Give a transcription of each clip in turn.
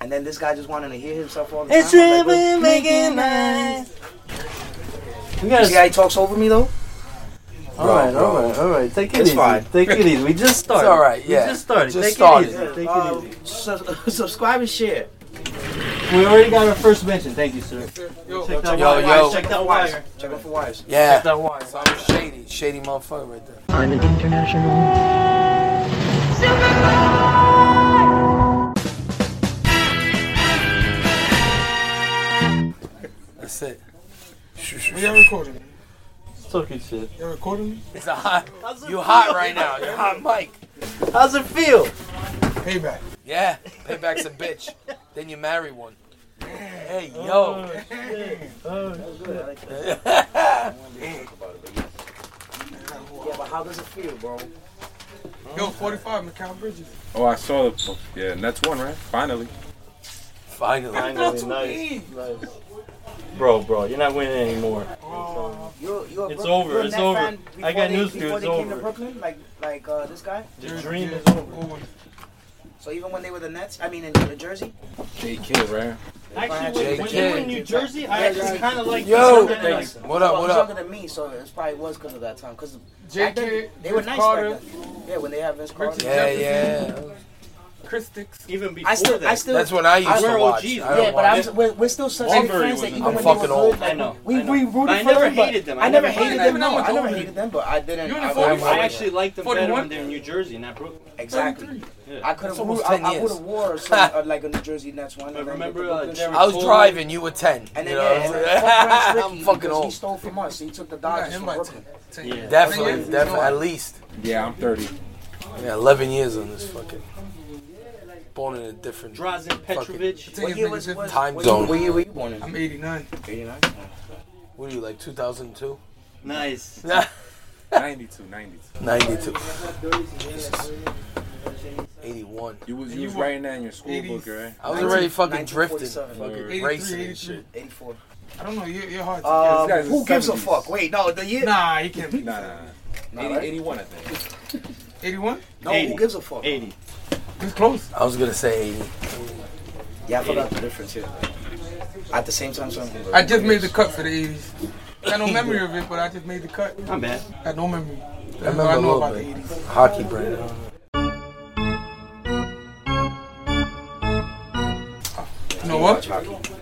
and this guy just wanted to hear himself all the It's time. I was like, driven, making nice. We "Bro, gotta. See how he talks over me though? all right, Bro, all right, all right. Take it It's easy. fine. Take it easy. We just started. all right, yeah. We just started. Just Take started. it easy. Um, Take Uh, it easy. sub- subscribe and share. We already got our first mention. Thank you, sir. Check that Yo, wire. yo. Check that Wires. wire. Check out for wires. Yeah. Check that wire. So I'm shady, shady motherfucker right there. I'm an international That's it. Y'all recording me? Talking shit. Y'all recording me? It's a hot. You hot right now. You're hot, Mike. How's it feel? Payback. Yeah. Payback's a bitch. Then you marry one. Hey yo. Yeah, but how does it feel, bro? Yo, 45, Mikal Bridges. Oh, I saw the. oh, Yeah, and that's one, right? Finally. Finally. That's what we Bro, bro, you're not winning anymore. You're, you're a It's Brook- over, you're a it's Nets over. fan I before got they- news for you, Before it's they came to over. Brooklyn, like like uh, this guy. The dream is over. over. So even when they were the Nets, I mean in New Jersey, J. Kill, right? Actually, when, when you were in New Jersey, I actually kind of like Yo. Like, What up? well, What he's up? younger than me, so it probably was because of that time. Because JK, they were nice Carter, back then. Yeah, when they had Vince Carter. Yeah, yeah. Chris Dix. even before I still, that. I still. That's what I used I- to we're OGs, watch. I yeah, don't but watch. I'm, we're, we're still such Aubrey big friends was that in- even I'm when fucking they were old. good, like, I know, we, I know. we rooted I for never them, but hated them. I I never never- hated them. I never- No, I I never never- hated them, but I didn't. You're in I- the 40s. I- I I actually liked them better 41? when they were in New Jersey, not Brooklyn. Exactly. I could have. It's almost I, 10 I years. would have wore some, uh, like a New Jersey Nets one. But and then remember, the Brooklyn uh, shirt. Derrick- I was driving. You were ten. and then you know? yeah, and then fuck Branch I'm Rickey fucking because He old. stole from us. He took the Yeah, Dodgers him from like Brooklyn. 10. Yeah. Definitely, definitely, at least. Yeah, I'm 30. Yeah, 11 years on this fucking. Born in a different. Drazen Petrovic. Take What him year niggas was in. was- Time what zone. year- What year were you born in? I'm 89. 89. What are you like? 2002, Nice. 92, 92. 92, Jesus, 81. You was, you you was were- writing that in your school book, 80s. right? I was already fucking drifting, 1947. fucking 83, racing 82. and shit. Uh, 84. I don't know. You're, you're hard to Um, guy's in who gives a 70s. fuck? Wait, no, the year. guess. Nah, you can't be. Nah, nah, nah. 80, right? 81, I think. 81? no, 80. who gives a fuck? 80. He's close. I was gonna say 80. Yeah, I forgot the difference here. At the same time, something. I just made the cut for the 80s. Got no memory of it, but I just made the cut. Not bad. Got no memory. That's I remember all I a know little about bit. the 80s. Hockey brand. You know what?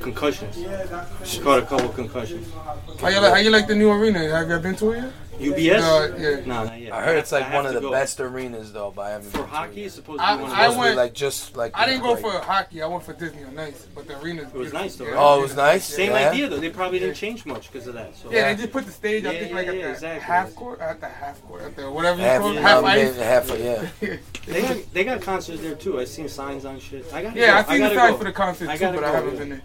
Concussions. She caught a couple concussions. How you, like, how you like the new arena? Have you been to it yet? UBS? Uh, yeah. Nah, not yet. I heard it's like have one to of the go. best arenas though by every. For hockey, it's supposed to I- be one I of I the went- went like just like. I didn't go like- for hockey. I went for Disney on Ice, but the arena. was nice, though, right? Oh, it was nice. Same yeah. idea, though. They probably didn't change much because of that. So. Yeah, they just put the stage. I Yeah, think yeah, like at yeah, the exactly. half court, at the half court, at the whatever you Half, call it, half, half ice. half, yeah. They got, they got concerts there, too. I seen signs on shit. I gotta Yeah, I go. seen the gotta sign go. for the concert I too, gotta but I go. haven't been there.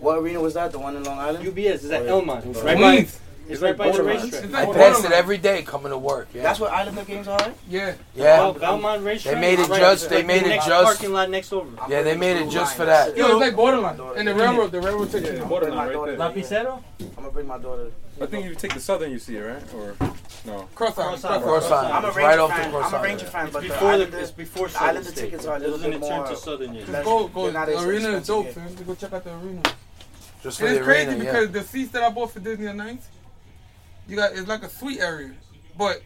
What arena was that? The one in Long Island? UBS is at Elmont. It's right by, Queens. it's right by the borderline. racetrack. It's I like passed it borderline. every day coming to work. Yeah, That's what Islander games are. Right? Yeah, yeah. Bel- Belmont racetrack. They made it Right, just- it's they like the made it next just- Parking lot next over. Yeah, they made it just for that. yo, it's like borderline. And the railroad, the railroad takes it. Borderline right there. I'm gonna bring my daughter. I think if you take the southern, you see it, right? Or no? Cross Cross out, out. I'm Cross cross out. sign. I'm a It's Ranger right off the fan. cross I'm a sign. Ranger fan, but Before the, the, it's before I Southern did the State. tickets are a little Doesn't it bit turn more- to Southern yet? That's- Go, go. they're not as The arena is dope, expensive, yeah. man. Go check out the arena. Just for And the it's crazy arena. Yeah. because the seats that I bought for Disney on Nights, you got it's like a suite area, but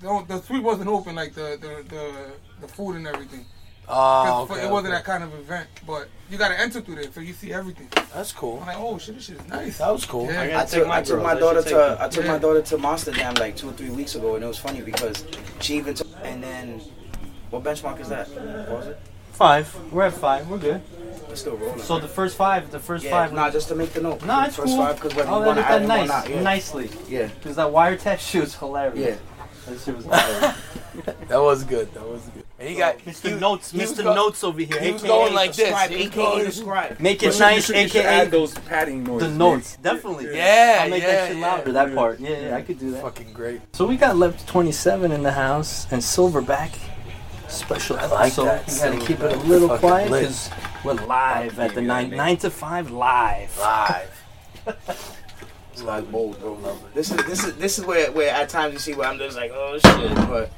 the, the suite wasn't open like the the the, the food and everything. Oh, 'Cause okay, it wasn't okay. that kind of event, but you gotta enter through there, so you see everything. That's cool. I'm like, oh shit, this shit is nice. That was cool. Yeah. I I gotta take took I my took girls. my I should daughter take to them. I took Yeah. my daughter to Amsterdam like two or three weeks ago, and it was funny because she even took, and then what benchmark is that? What was it? Five. We're at five. We're good. It's still rolling. So the first five, the first yeah, five. nah, just to make the note. no, it's first cool. five because whether oh, you they want to did add that it nice, or not, yeah. nicely. yeah, Because that wiretap shit was yeah. hilarious. That shit was hilarious. That was good. That was good. And he got he- Mr. Notes, he was Mr. go- Notes over here. He was AKA, going like this. Scribe, He was AKA going- the scribe. make But it you nice, should- you should aka add those padding noises. the notes. man. Definitely. Yeah, I'll make yeah, that shit yeah. louder. That part. Yeah, yeah, I could do that. Fucking great. So we got left 27 in the house and Silverback special I like so that. We got to keep it a Silverback. little Fucking quiet lit. because we're live at the Yeah, nine man. nine to five live. Live. It's like bold, bro. This is this is this is where where at times you see where I'm just like, oh shit, but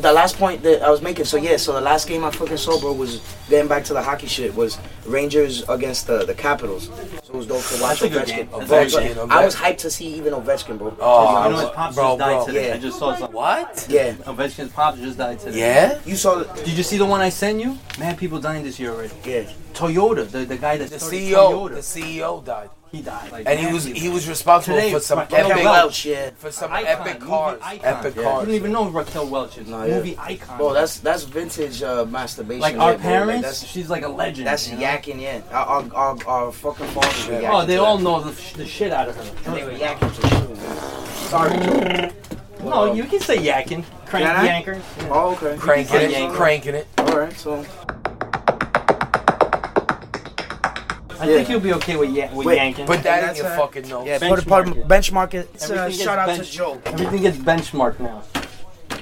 the last point that I was making. So yeah, so the last game I fucking saw, bro, was getting back to the hockey shit. Was Rangers against the the Capitals. So it was dope to watch That's a good Ovechkin. game. That's Bro, a good game. I was hyped to see even Ovechkin, bro. You To Oh, be know honest. his pops Bro, just died bro. today. Yeah. I just saw something. What? yeah, Ovechkin's pops just died today. Yeah? you saw. the- Did you see the one I sent you? Mad people dying this year already. Yeah, Toyota, the, the guy that The started CEO, the Toyota, CEO died, he died. Like, and he mad was people. he was responsible Today, for some right, epic Raquel Kevin Welch. Yeah, for some Icon, epic movie cars, icon. epic Yeah. You cars. don't even know who Raquel Welch is. No, yeah. Movie icon. bro, that's that's vintage uh, masturbation. like there, our bro. Like, parents. that's- she's like a legend. That's you know? yakking, yeah. Our, our, our, our fucking fathers were yakking. Oh, they to all that. know the, sh- the shit out of her. And they were yakking to shit. man. Sorry, Joe. No, you can say yakking, crank Can I? yanker. Oh, okay. Cranking Yeah, it, yeah. cranking it. All right, so. I Yeah. think you'll be okay with, ya- with Wait, yanking. Put that in that's your a- fucking notes. Yeah, Benchmark part, part of it. benchmark it. It's, Everything Uh, gets shout out bench- to Joe. Everything gets benchmarked now.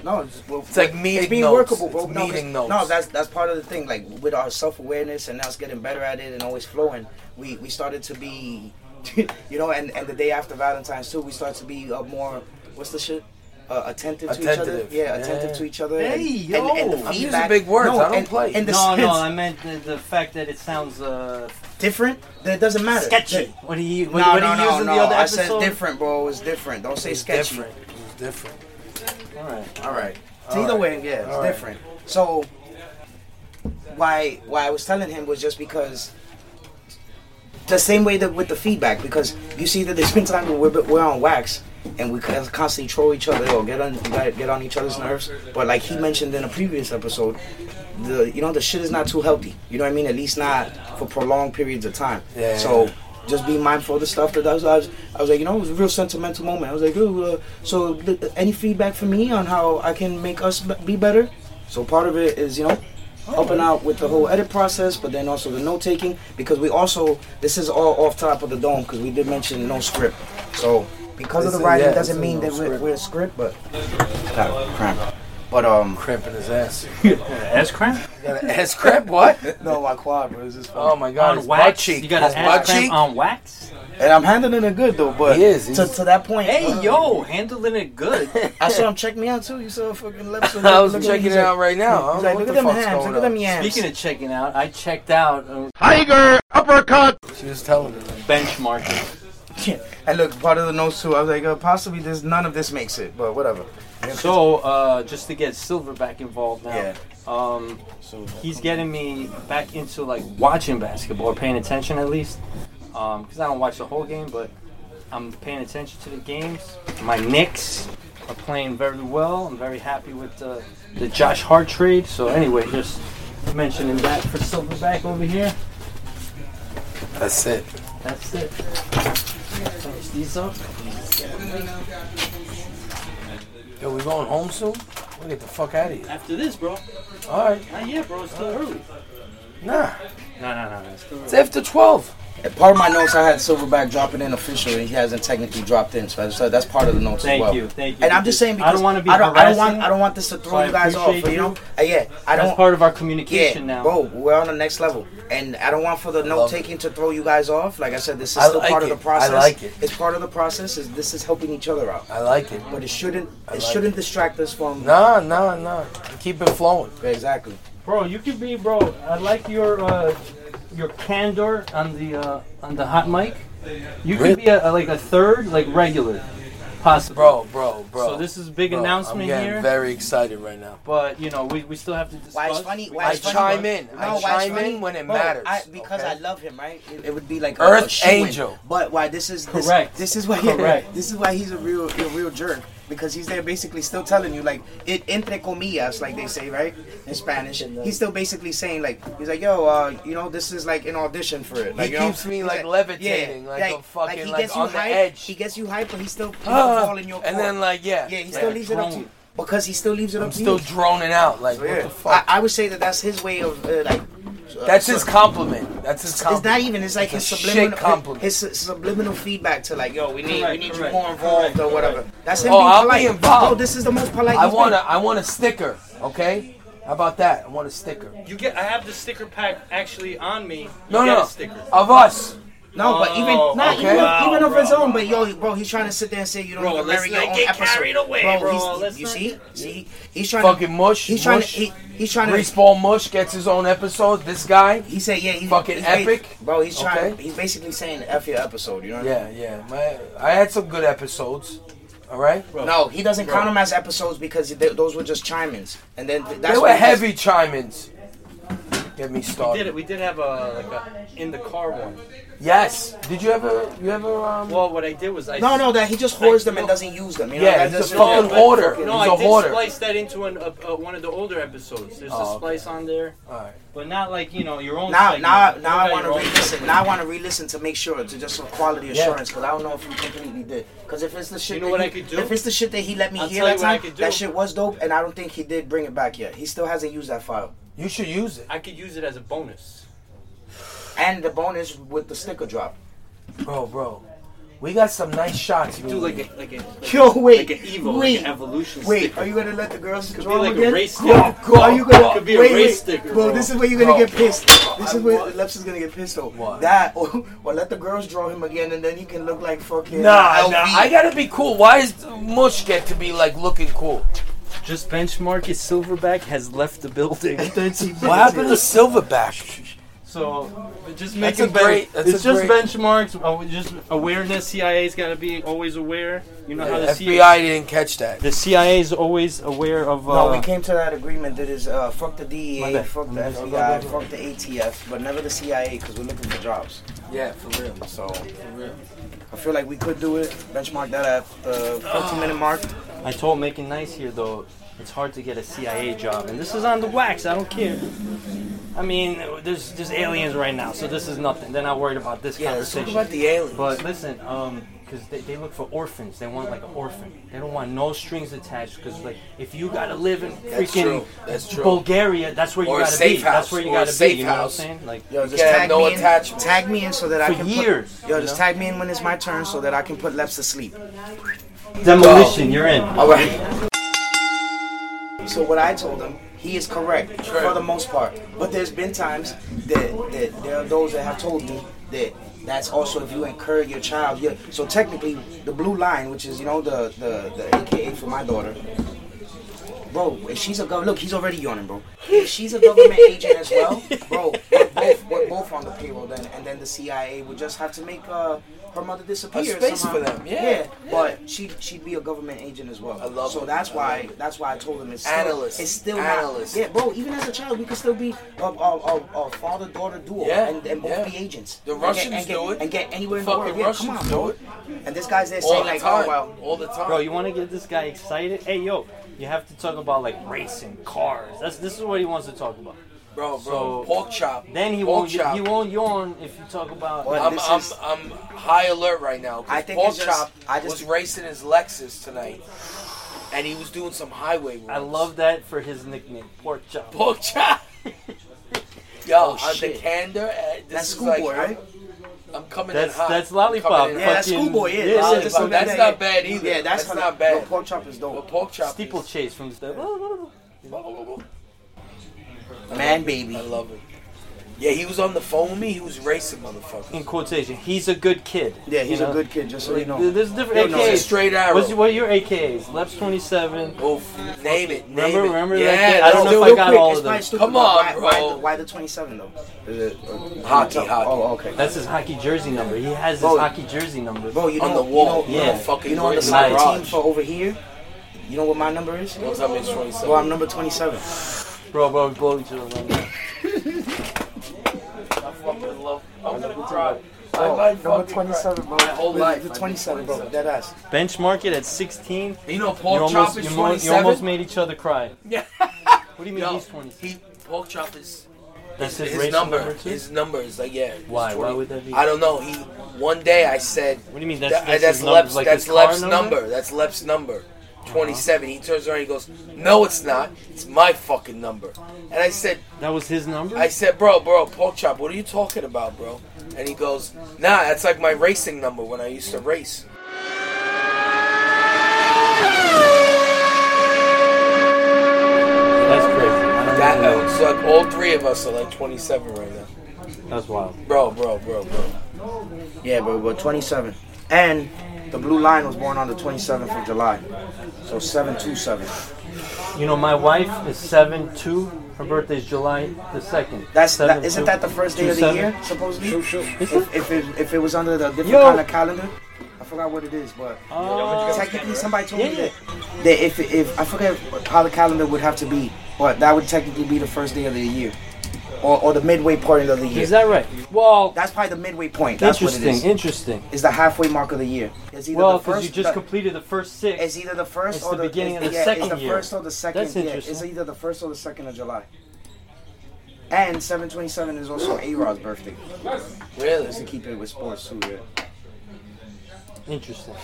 No, it's, well, It's like meeting it's being notes. workable, bro. It's no, 'cause- meeting notes. No, that's that's part of the thing. Like with our self awareness and us getting better at it and always flowing, we we started to be, you know, and and the day after Valentine's too, we start to be uh, more. What's the shit? Uh, attentive, to each Attentive. other, yeah, attentive Yeah. to each other. Hey, and, yo. and, and the I'm using feedback- big words. No, I don't and- play. And the No, sense no, I meant the, the fact that it sounds uh, different, then it doesn't matter. sketchy. Then- What do you what, No, what no, he used no, in no. the other I episode? said different, bro. It's different. Don't say It's sketchy. different. It's different. All right. All right. So All either right. way, yeah, it's All right. different. So why why I was telling him was just because the same way that with the feedback because you see that there's been times where we're, we're on wax and we con- constantly troll each other or get on get get on each other's nerves. But like he mentioned in a previous episode, the you know the shit is not too healthy. You know what I mean? At least not for prolonged periods of time. Yeah. So just be mindful of the stuff that I was, I was. I was like, you know, it was a real sentimental moment. I was like, oh, uh, so th- th- any feedback from me on how I can make us b- be better? So part of it is, you know, helping out with the whole edit process, but then also the note taking because we also this is all off top of the dome because we did mention no script. So because of This the is- writing yeah, doesn't this is mean no that we're, script. we're a script, but God, crap. But um, Cramping his ass. Ass cramp? You got an ass cramp? What? no, my quad, bro, is this Oh my God! on His butt wax? cheek. You got his an ass butt cramp cheek. on wax? And I'm handling it good though, but He is, to, he's- to that point. Hey, uh, yo, handling it good. I saw him check me out too. You saw a fucking lips. I was checking it out right now. I He's like, don't look know at them what the fuck's hams. going Look at them on. yams. Speaking of checking out, I checked out uh, She was telling me. benchmarking. and look, part of the notes too. I was like, uh, possibly this. None of this makes it, but whatever. So, uh, just to get Silver back involved now. Yeah. Um, he's getting me back into like watching basketball or paying attention at least because i don't watch the whole game but i'm paying attention to the games my knicks are playing very well i'm very happy with the, the josh hart trade so anyway just mentioning that for silverback over here That's it. that's it Finish these up Yo, we going home soon? We get the fuck out of here. after this bro All right. not yet bro it's still early Nah. no no no no it's still early. It's after twelve. And part of my notes, I had Silverback dropping in official, and he hasn't technically dropped in. So, I- so that's part of the notes as Thank well. you, thank you. And I'm just saying because I don't want to be I don't, I don't want. harassing, I don't want this to throw so I you guys off. appreciate You know. you. Uh, yeah. I that's don't. part of our yeah, communication now bro, we're on the next level, and I don't want for the note love it. taking to throw you guys off. Like I said, this is I still like part it. of I the process. like it. It's part of the process. Is this is helping each other out, I like it. but it shouldn't. It I like shouldn't distract us from. Nah, nah, nah. Keep it flowing. Exactly. Bro, you could be, bro. I like your uh, your candor on the uh, on the hot mic. You could be a, a- like a third, like regular, possible. Bro, bro, bro. So this is a big Bro, I'm announcement getting here. very excited right now. but you know, we, we still have to discuss. Why it's funny? Why I it's funny, chime bro. in. I why it's chime funny? in when it Bro, matters, I, because okay? I love him, right? It, it would be like Earth a, a shoo-in. angel. But why this is this, Correct. This is why Correct. this is why he's a real a real jerk because he's there basically still telling you like it entre comillas like they say right in Spanish. He's still basically saying like he's like yo uh, you know this is like an audition for it. Like, you know? keeps me, He's like, levitating, like a fucking, he like, gets you on the hype- edge. He gets you hype, but he's still Ah, falling your court. and then like yeah, yeah, he like, still leaves it up to drone. you because he still leaves it up I'm to still you. droning out. Like Yeah. what the fuck? I, I would say that that's his way of uh, like. uh, That's so- his compliment. That's his It's not compliment. even. It's like It's a his shit subliminal, compliment. his, his subliminal feedback to like, yo, we need, Correct, we need you correct, more involved or whatever. That's him Oh, being I'll be polite. involved. Bro, this is the most polite. I he's been. want a, I want a sticker. Okay, how about that? I want a sticker. You get. I have the sticker pack actually on me. You No, Oh. get no, A sticker. of us. No, but even Oh, not okay. even, Wow, even of bro, his own. wow, But yo, bro, he's trying to sit there and say you don't Bro, even let's marry not your own get episode. carried away, bro. he's- Let's you not- see, see, he's trying to. Fucking mush. He's trying mush. to. He, he's trying to. Greaseball Mush gets his own episode. This guy. He said, "Yeah, he's Fucking he's ba- epic. bro. He's trying. Okay. He's basically saying f your episode. You know what I mean? Yeah, yeah. My, I had some good episodes. All right. No, he doesn't Bro. count them as episodes because th- those were just chime-ins, and then th- that's they were what he does- heavy chime-ins. Get We me did started. it. We did have a like a in the car one. Yes. Did you ever? You ever? Um, Well, what I did was I No, no, that he just hoards them and doesn't use them. You know, Yeah, that he's a doesn't- fucking but- hoarder. No, He's I a did hoarder. splice that into an, uh, uh, one of the older episodes. There's Oh, a splice on there, all right. but not like you know your own. Now, segment. now, You now I got want to your own re-listen. Now I want to re-listen to make sure to just for quality Yeah. assurance because I don't know if you completely did. Because if it's the shit, You know that what he- I could do? If it's the shit that he let me I'll hear tell that you what I time, could do. that shit was dope, and I don't think he did bring it back yet. He still hasn't used that file. You should use it, I could use it as a bonus. And the bonus with the sticker drop. bro, bro. We got some nice shots. Do like it. a like a like, Yo, wait, like an evil wait, like an evolution. wait. sticker. Are you gonna let the girls Could be draw like a again? race Go, sticker. go, Are you gonna Could be a wait, race wait. sticker, Bro, bro. this is where you're gonna Bro. get pissed. This I is where want- Leps is gonna get pissed off. What? That or, or let the girls draw him again, and then he can look like fucking. Nah, LV. nah. I gotta be cool. Why is Mush get to be like looking cool? Just benchmark it. Silverback has left the building. What happened to Silverback? So but just make That's a it better. great- that's It's a just great- benchmarks. Oh, just awareness. CIA's got to be always aware. You know how the FBI didn't catch that. The CIA is always aware of. Uh, No, we came to that agreement that is uh, fuck the My DEA, bad. fuck the I'm sorry. FBI, fuck the ATF, but never the CIA because we're looking for jobs. Yeah, for real. So I feel like we could do it. Benchmark that at the 15 minute mark. I told Making Nice here though, it's hard to get a CIA job, and this is on the wax. I don't care. I mean, there's there's aliens right now, so this is nothing. They're not worried about this Yeah, let's talk conversation. about the aliens. but listen, um, because they, they look for orphans. They want like an orphan. They don't want no strings attached. Because like, if you gotta live in That's freaking true. That's true. Bulgaria, that's where Or a you gotta safe be. house. That's where you Or a gotta safe be. You know house. what I'm saying? Like, Yo, just can't have tag no me in. attachments. Tag me in so that I For can. years, Put, yo, you just know? tag me in when it's my turn so that I can put Leps to sleep. demolition. You're in. All right. So what I told him, he is correct for the most part. But there's been times that, that there are those that have told me that that's also if you incur your child. Yeah. So technically, the blue line, which is you know the the, the AKA for my daughter. Bro, if she's a gov, look, he's already yawning, bro. If she's a government agent as well, bro, we're both, we're both on the payroll then, and then the CIA would just have to make uh, her mother disappear. space somehow. for them, yeah. But she she'd be a government agent as well. I love So it. that's I why that's why I told him it's still, Analyst. It's still Analyst. Not, yeah, bro. Even as a child, we could still be a, father daughter duo Yeah, and, and both yeah. be agents. The And Russians and get, do it. and get anywhere in the Fucking world. Yeah, Russians come on, do bro. it. And this guy's there All saying the like, time. oh well. All the time. Bro, you want to get this guy excited? Hey, yo, you have to talk about like racing cars. That's this is what he wants to talk about. bro, bro. So- pork chop. Then he pork won't Chop. he won't yawn if you talk about. Well, I'm, This I'm, is- I'm high alert right now. 'cause I think Pork it's just- Chop I just- was racing his Lexus tonight, and he was doing some highway runs. I love that for his nickname, pork chop. Pork Chop. Yo, Oh, on the shit. candor, uh, this That's is like schoolboy, right? I'm coming That's- in hot. that's I'm coming in Lollipop. hot. Yeah, that's fucking- schoolboy. Yeah, yeah, that's- yeah, that's, but that's something that- not bad either. Yeah, that's, That's how- not bad. Yo, pork chop is Well, dope. pork chop. is- Steeplechase from the. Man, baby. I love it. Yeah, he was on the phone with me. He was racing, motherfucker. In quotation, he's a good kid. Yeah, he's you know? a good kid. Just so you know. There's different no, He's a AKs. straight arrow. What's, what are your AKAs? Leps 27. Oof. Name it. Name Hmm. Remember- it. remember that yeah, kid? I don't let's know do if I it. got quick, all it's of probably them. stupid, Come but on, why, why bro. the- Why the 27 though? Is it, uh, Hockey, oh, hockey. Oh, okay. That's his hockey jersey number. He has his Bro. hockey jersey number. Bro, you know, On the wall. You know, Yeah. Fucking you know on the side right in my team garage. for over here. You know what my number is? Don't tell me it's 27. Well, I'm number 27. bro, bro, we blow each other right now. I fucking love. I'm gonna cry. Oh, I might number fucking cry. 27, bro. My whole The- life. The I've been 27, bro. Dead ass. Benchmark it at 16. You know, You pork chop almost, is you, mo- you almost 27. made each other cry. Yeah. What do you mean Yo, he's 27? he pork chop is That's his, his race number. too? His number is like yeah. it's Why? Why 20. would that be? I don't know. He one day I said What do you mean? That's that- that's, that's his numbers, Lep's like that's his car Lep's number. Uh-huh. number. That's Lep's number. 27. He turns around and he goes, "No, it's not. It's my fucking number." And I said, That was his number. I said, bro, bro, pork chop, what are you talking about, bro? And he goes, nah, that's like my racing number when I used to race. that's crazy. I don't That know. uh, so like all three of us are like 27 right now, That's wild. bro, bro, bro, bro. Yeah, but but 27. And the Blue Line was born on the 27th of July. So 727. You know, my wife is seven two. Her birthday is July the second. That's that, Seven, isn't two. that the first day of the 27? year supposedly? Is If if it, if it was under the different Yo. kind of calendar, I forgot what it is, but Uh, technically somebody told me Yeah. that, that if if I forget how the calendar would have to be, but that would technically be the first day of the year, or or the midway point of the year. is that right? Well, That's probably the midway point. That's what it interesting. is. Interesting. It's the halfway mark of the year. It's either Well, the because first. you just the- completed the first six. it's either the first it's or the beginning it's- of the yeah, second It's the year. first or the second. That's yeah, It's interesting. either the first or the second of July. And 727 is also A Rod's birthday. Really? Just to keep it with sports too, yeah. Interesting.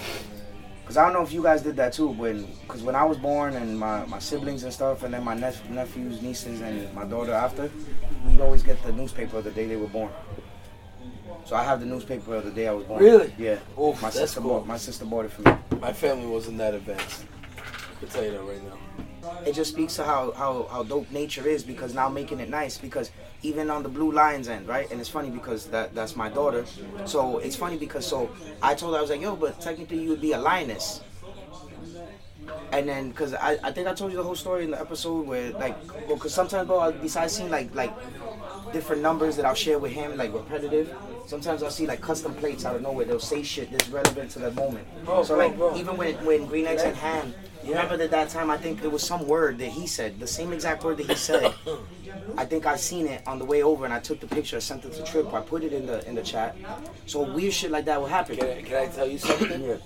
Cause I don't know if you guys did that too, when cause when I was born and my, my siblings and stuff, and then my nep- nephews, nieces, and my daughter after, we'd always get the newspaper the day they were born. So I have the newspaper of the day I was born. Really? Yeah. Oh, My that's sister cool. bought my sister bought it for me. My family wasn't that advanced. I can tell you that right now. It just speaks to how, how how dope nature is because now making it nice because even on the blue lines end right and it's funny because that that's my daughter so it's funny because so I told her I was like yo but technically you would be a lioness and then because I, I think I told you the whole story in the episode where like well because sometimes bro I- besides seeing like like different numbers that I'll share with him like repetitive sometimes I'll see like custom plates out of nowhere they'll say shit that's relevant to that moment Oh, so bro, like bro. even when when green eggs and ham you remember that that time I think it was some word that he said the same exact word that he said I think I seen it on the way over and I took the picture I sent it to Trip I put it in the in the chat so weird shit like that would happen Can I, can I tell you something?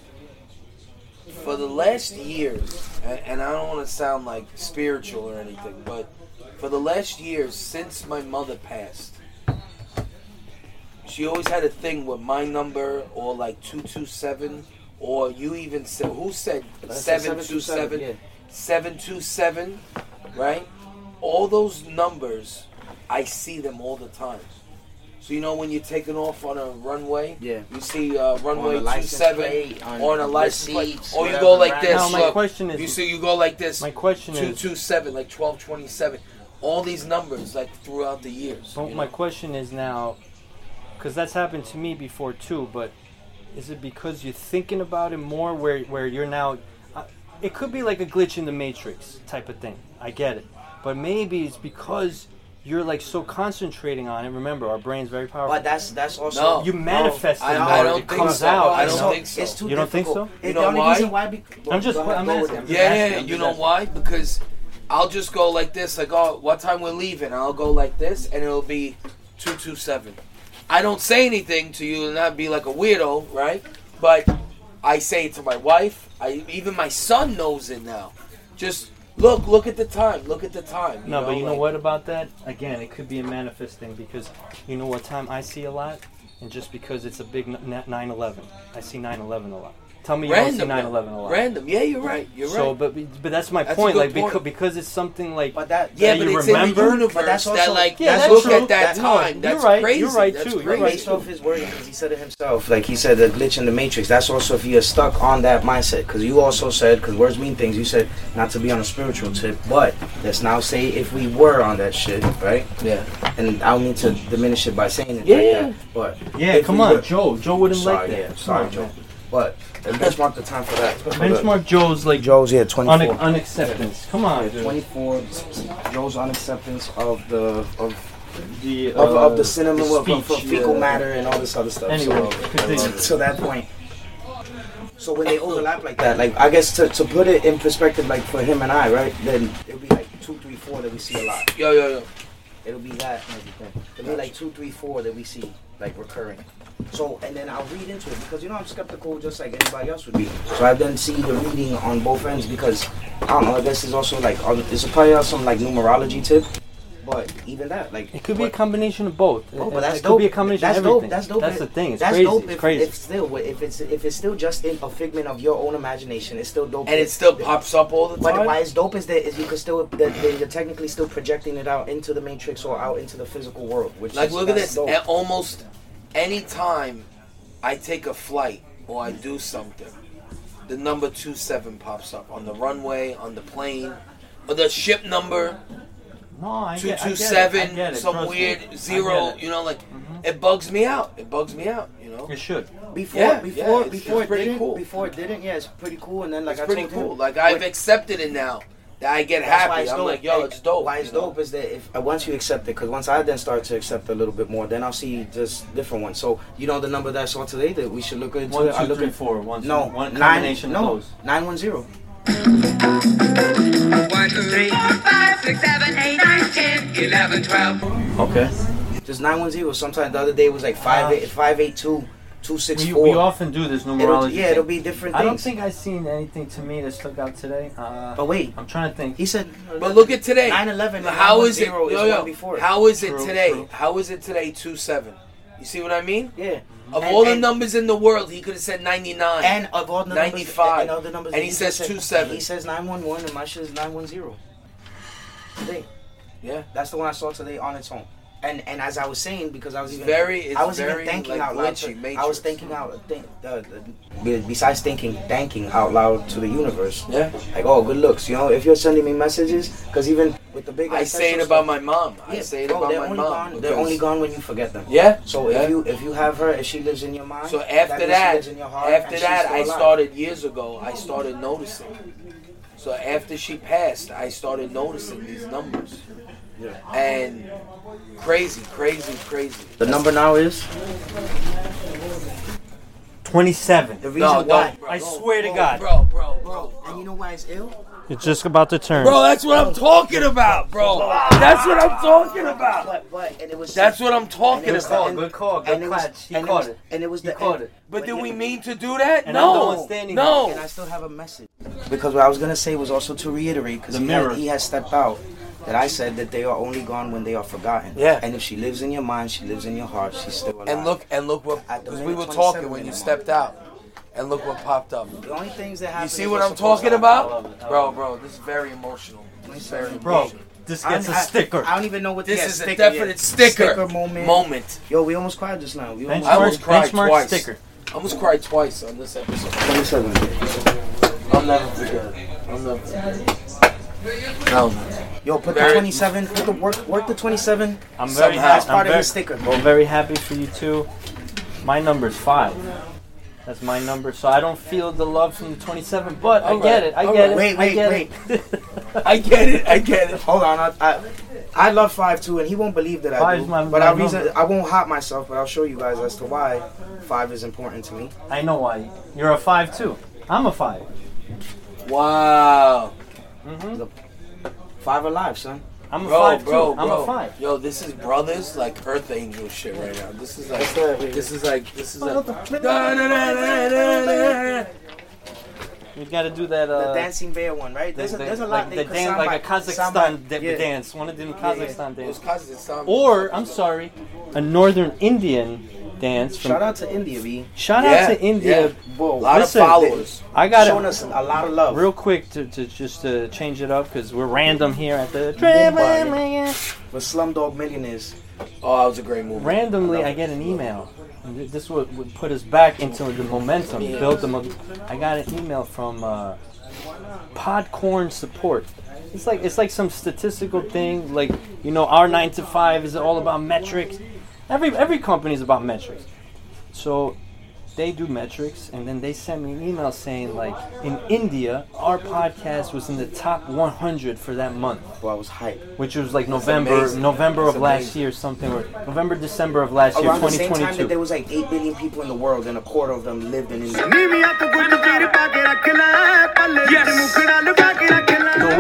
For the last years, and, and I don't want to sound like spiritual or anything, but for the last years since my mother passed, she always had a thing with my number or like 227 or you even said, who said That's the 727? 727, right? All those numbers, I see them all the time. So you know when you're taking off on a runway, Yeah. you see uh, runway a two license seven plate, on, on a license plate, receipts, or you whatever, go like right? this. Now, my look. question is- you see, you go like this. My question two is. two seven, like twelve twenty seven. All these numbers, like throughout the years. So you my know? question is now, because that's happened to me before too. But is it because you're thinking about it more, where where you're now? I it could be like a glitch in the matrix type of thing. I get it, but maybe it's because you're like so concentrating on it. Remember, our brain's very powerful. but that's that's also No, you no, manifest I- it I more, don't it think comes so. out. I you don't know? think so. It's too You don't think difficult. so? It's You the know only why? reason why. Be, I'm just- go ahead, I'm go with asking, it. I'm just Yeah, yeah, asking, I'm you just know asking. why? Because I'll just go like this, like, oh, what time we're leaving? I'll go like this, and it'll be two two seven. I don't say anything to you and not be like a weirdo, right? But I say it to my wife. I even my son knows it now. Just look, look at the time. Look at the time. No, but you know like- what about that? Again, it could be a manifest thing because you know what time I see a lot, and just because it's a big n- n- 9/11, I see 9/11 a lot. Tell me you don't see Random. 9/11 a lot. Random. Yeah, you're right. You're so, right. but but that's my That's a point. good Like point. because because it's something like But that yeah, that but you it's in remember? the universe But that's that also- like Yeah, that's look true. at that That's- no, time. you're That's right, you're crazy. right, That's too, you're crazy. right. based off his word because he said it himself. Like he said, the glitch in the matrix. That's also if you're stuck on that mindset. Because you also said, because words mean things. You said not to be on a spiritual tip, but let's now say if we were on that shit, right? Yeah. And I don't mean to diminish it by saying it Yeah. like that, but yeah, if come we on, were- Joe. Joe wouldn't sorry, like that. yeah, sorry, Joe. But let's benchmark the time for that. Benchmark Joe's like Joe's yeah, twenty un- four. unacceptance. Come on, dude. 24 Joe's unacceptance of the of The, of, uh, of the cinema of, of, speech, uh, fecal yeah. matter and all this other stuff. Anyway, so, uh, continue. to that point. So when they overlap like that, like I guess to, to put it in perspective, like for him and I, right? Then it'll be like two, three, four that we see a lot. Yo, yo, yo. It'll be that and everything. It'll be like two, three, four that we see like recurring. So and then I'll read into it because you know I'm skeptical just like anybody else would be. So I've done see the reading on both ends because I don't know. I guess it's also like on, it's probably also some like numerology tip, but even that like It could be what- a combination of both. Oh, It- but that's it dope. could be a combination that's of everything. Dope. That's dope. That's It- the thing. It's that's crazy. dope. It's if, crazy. If still, if it's if it's still just in a figment of your own imagination, it's still dope. And it still pops up all the time. But why it's dope is that is you can still that that you're technically still projecting it out into the matrix or out into the physical world. Which Like, is, look at that's this. dope. At almost any time I take a flight or I do something, the number two seven pops up on the runway, on the plane, or the ship number no, I two get- I two get it, I seven, get it, some trust me. weird I get zero. it. Mm-hmm. You know, like it bugs me out. It bugs me out. You know? It should. Before, Yeah, before, yeah, it's- before it's it pretty didn't, cool. before it didn't, yeah, it's pretty cool. And then like it's I pretty told you, cool. Like I've what- accepted it now. That I get that's why happy. it's I'm dope. like, yo, it's dope. Why it's you know? dope is that if uh, once you accept it, because once I then start to accept a little bit more, then I'll see just different ones. So you know the number that I saw today that we should look into. One, it. I two, look three, at- four. One, No, one nine- combination no, of those. nine one zero. One, two, three, four, five, six, seven, eight, nine, ten, eleven, twelve. Okay. Just nine one zero. Sometimes the other day it was like five eight five eight two two six We, four. we often do this It'll, numerology. yeah, it'll thing. be different I things. don't think I've seen anything to me that stuck out today. Uh, But wait, I'm trying to think. he said. But look at today. 9/11 and How is it? 9/10 is yo, yo, one before it. How is it True, today? true. How is it today? Two seven. You see what I mean? Yeah. Of And- all the and- numbers in the world, he could have said ninety nine. And of all the numbers, 95. and, all the numbers And that he just says said, 27. He says nine one one, and my shit is nine one zero. Today, yeah, that's the one I saw today on its own. And and as I was saying, because I was It's even very- it's I was very, even thinking like, out loud. glitchy, to- I was matrix. thinking out. Think, uh, the- be- besides thinking, thanking out loud to the universe. yeah. Like, oh, good looks. You know, if you're sending me messages, because even with the big. I say it about my mom. I say it bro, about Oh, they're my only mom. Gone, they're because- only gone when you forget them. Yeah. So yeah. if you if you have her, if she lives in your mind, So means after she that, lives in your heart and after she's that, still I alive. started years ago. I started noticing. So after she passed, I started noticing these numbers. Yeah. And crazy, crazy, crazy. The number now is 27. the reason why. don't, bro, I don't, swear to bro, God. bro, bro, bro, And you bro. know why it's ill? It's just about to turn. Bro, that's what I'm talking about, bro. That's what I'm talking about. But but and it was That's what I'm talking And it's the about. end. Good call. Good and it was catch. He and caught it was, it. and it was He the caught end. it. But did yeah, we mean to do that? And I'm the one No, standing And I no. still have a message because what I was gonna say was also to reiterate because The he, mirror. had- he has stepped out. That I said that they are only gone when they are forgotten. Yeah. And if she lives in your mind, she lives in your heart. She's still alive. And look, and look what, At the because we were minute talking 27 when you minute stepped out, and look what popped up. the only things that happen. You see is what what's I'm supposed to talking happen. about, bro, bro? This is very emotional. This is very Bro, emotional. this I- gets a I- sticker. I don't even know what This yeah, is a sticker, definite yeah. sticker, moment. moment. Yo, we almost cried just now. We almost I almost Benchmark- cried benchmark twice. sticker. I almost cried twice on this episode. 27. I'll never forget. I'll never forget. No. Yo, put the Very- 27. Put the work. Work the 27. I'm very Somehow. happy. That's I'm part of very- his sticker. Well, very happy for you too. My number's five. That's my number, so I don't feel the love from the 27, but I All get right, it. I all get right. it. Wait, I wait, get It. I get it. I get it. Hold on, I, I I love five too, and he won't believe that I Five's do. my- but my I reason number. I won't hop myself, but I'll show you guys as to why five is important to me. I know why. You're a five too. I'm a five. Wow, Five alive, son. I'm a bro, five bro, too. I'm bro. a five. Yo, this is brothers like Earth Angel shit right now. This is like, that, baby? this is like, this is like. the Da, da, da, da, da, da, da. You gotta do that. The Uh, dancing bear one, right? There's, the- a, there's a like lot. the they- dance, samba- like a samba, Kazakhstan da- yeah. dance, one of them Kazakhstan It was dance, Kazakhstan. or I'm sorry, a Northern Indian dance. From, Shout out to India, B. shout Yeah, out to India. yeah. Whoa, a lot Listen, of followers. I got showing it. us a lot of love. Real quick to, to just to change it up because we're random here at the with Slumdog Millionaires. Oh, that was a great movie. randomly I get an email. And th- This would, would put us back into the momentum, build the. Mo- I got an email from uh, Podcorn Support. It's like it's like some statistical thing. Like you know, our nine to five is all about metrics. Every every company is about metrics. So they do metrics, and then they sent me an email saying like in India, our podcast was in the top 100 for that month Well, I was hyped. which was like November, amazing. November That's of last amazing. year, something, or November, December of last year, Around the same time that there 2022. was like eight billion people in the world, and a quarter of them lived in India. So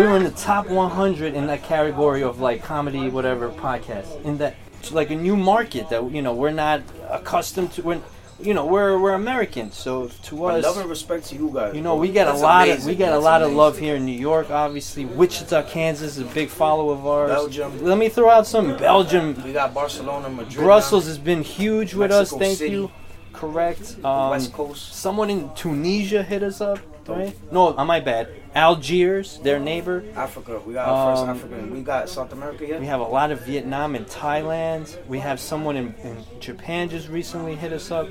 we were in the top 100 in that category of like comedy, whatever podcast, in that like a new market that you know we're not accustomed to. We're, you know, we're we're Americans, so to us, Love and respect to you guys. You know, we get a That's lot of amazing. we get a That's lot of amazing. love here in New York. Obviously, Wichita, Kansas is a big follow of ours. Belgium. Let me throw out some Belgium. we got Barcelona, Madrid, now, Brussels has been huge with us. Mexico Thank City. you. Correct. the Um, West Coast. Someone in Tunisia hit us up, right? No, uh, my bad. Algiers, their neighbor. Africa. We got our Um, first African. We got South America yet. We have a lot of Vietnam and Thailand. We have someone in, in Japan just recently hit us up.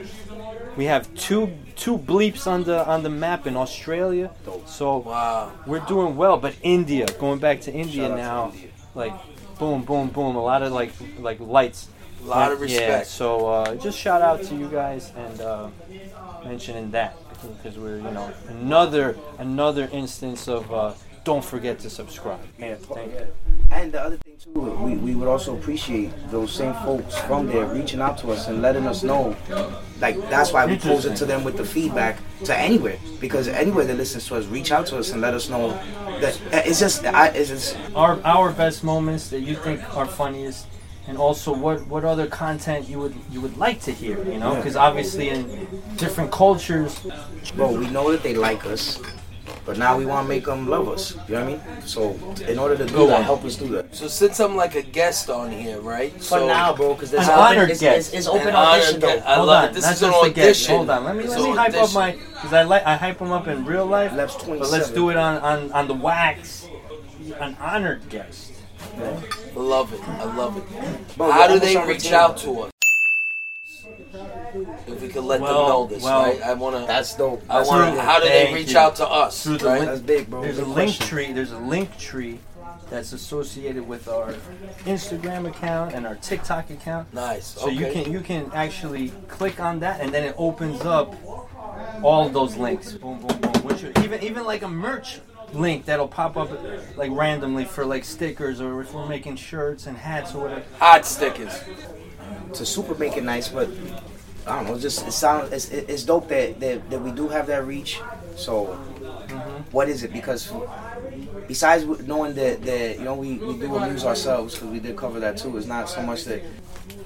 We have two two bleeps on the on the map in Australia. So Wow. we're doing well, but India, going back to India Shout out to now, India. like boom, boom, boom, a lot of like like lights. A lot of Yeah, respect. so uh, just shout out to you guys and uh, mentioning that because we're you know another another instance of uh, don't forget to subscribe. Yeah, thank you. And the other thing too, we, we would also appreciate those same folks from there reaching out to us and letting us know. Like that's why we pose it to them with the feedback to anywhere because anywhere that listens to us, reach out to us and let us know that uh, it's just I, it's just Our our best moments that you think are funniest. And also, what, what other content you would you would like to hear? You know, because obviously in different cultures, well we know that they like us, but now we want to make them love us. You know what I mean? So in order to do Good that, one. help us do that. So, since I'm like a guest on here, right? For so now, bro, because it's, An open- honored it's, guest. it's, it's open An honored audition guest. though. I Uh, Hold love on, it. This not is an just the guest. audition. Hold on, let me, It's let an me hype up audition. my because I like I hype them up in real life. That's But let's 27. do it on, on, on the wax. An honored guest. I love it. I love it. Bro, How do we're they almost on reach retainer. out to us? If we could let Well, them know this, well, right? I wanna. That's dope. I That's wanna. big. How do they Thank reach you. out to us? Through the right? link. That's big, bro. There's a Good link question. tree. There's a link tree that's associated with our Instagram account and our TikTok account. Nice. So okay. you can you can actually click on that and then it opens up all of those links. Boom, boom, boom. Which are- even even like a merch link that'll pop up like randomly for like stickers or if we're making shirts and hats or whatever. Hot stickers. to super make it nice, but I don't know. it's Just it sounds it's, it- it's dope that, that that we do have that reach. So what is it? Because besides w- knowing that that you know we, we do amuse ourselves because we did cover that too. It's not so much that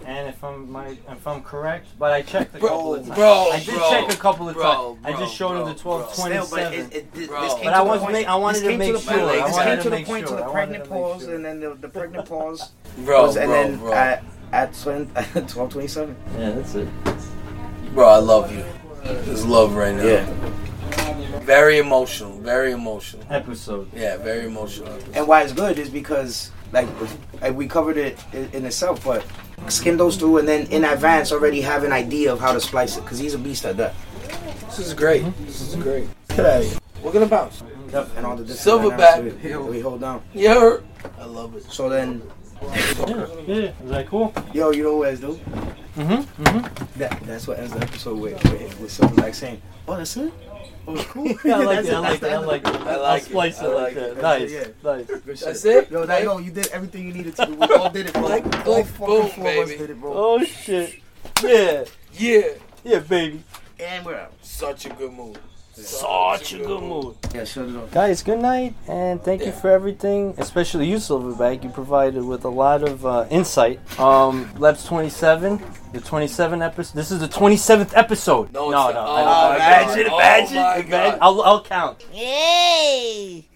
And if I'm my if I'm correct, but I checked a couple Bro, of times. bro, I did bro, check a couple of bro, times. I just showed him bro, the twelve Still, twenty but it, seven. it, this Bro. came But to I the was point- ma- I wanted this to came make the sure, point- I This wanted came to to the make point to sure, the I wanted pregnant to make pause, sure. and then the, the pregnant pause, Bro, was, and bro, then bro. at at twelve twenty seven. Yeah, that's it. Bro, I love you. There's love right now. Very emotional. Very emotional. Episode. Yeah, very emotional. And why it's good is because like, like we covered it in, in itself, but skim those through and then in advance already have an idea of how to splice it because he's a beast at that. This is great. This is great. Mm-hmm. Get out of here. We're gonna bounce. And all the different Silverback dynamics that Hill. we, we hold down. Yeah. I love it. So then, Yeah, yeah. Is that cool? yo, you know what it's do? Mm-hmm. Mm-hmm. That that's what ends the episode with with, with Silverback saying, "Oh, that's it." Oh, it's cool. I like That's that. I it, like that. I like that. I I'll like it. splice I it like like it. that. That's Nice. it, Nice. Good shit. That's it. Yo, that, yo, you did everything you needed to do. We all did it, bro. Click, all click, fucking boom, four of us baby. did it, bro. Oh shit. Yeah. Yeah. Yeah, baby. And we're out. Such a good move. Such a good move. Yeah, shut it off. Guys, good night, and thank you Yeah. for everything, especially you, Silverback. You provided with a lot of uh, insight. Um, Labs 27, the 27 episode. This is the 27th episode. No, it's no, the- no. oh I don't- my imagine, God. Oh imagine, my God. imagine. I'll, I'll count. Yay!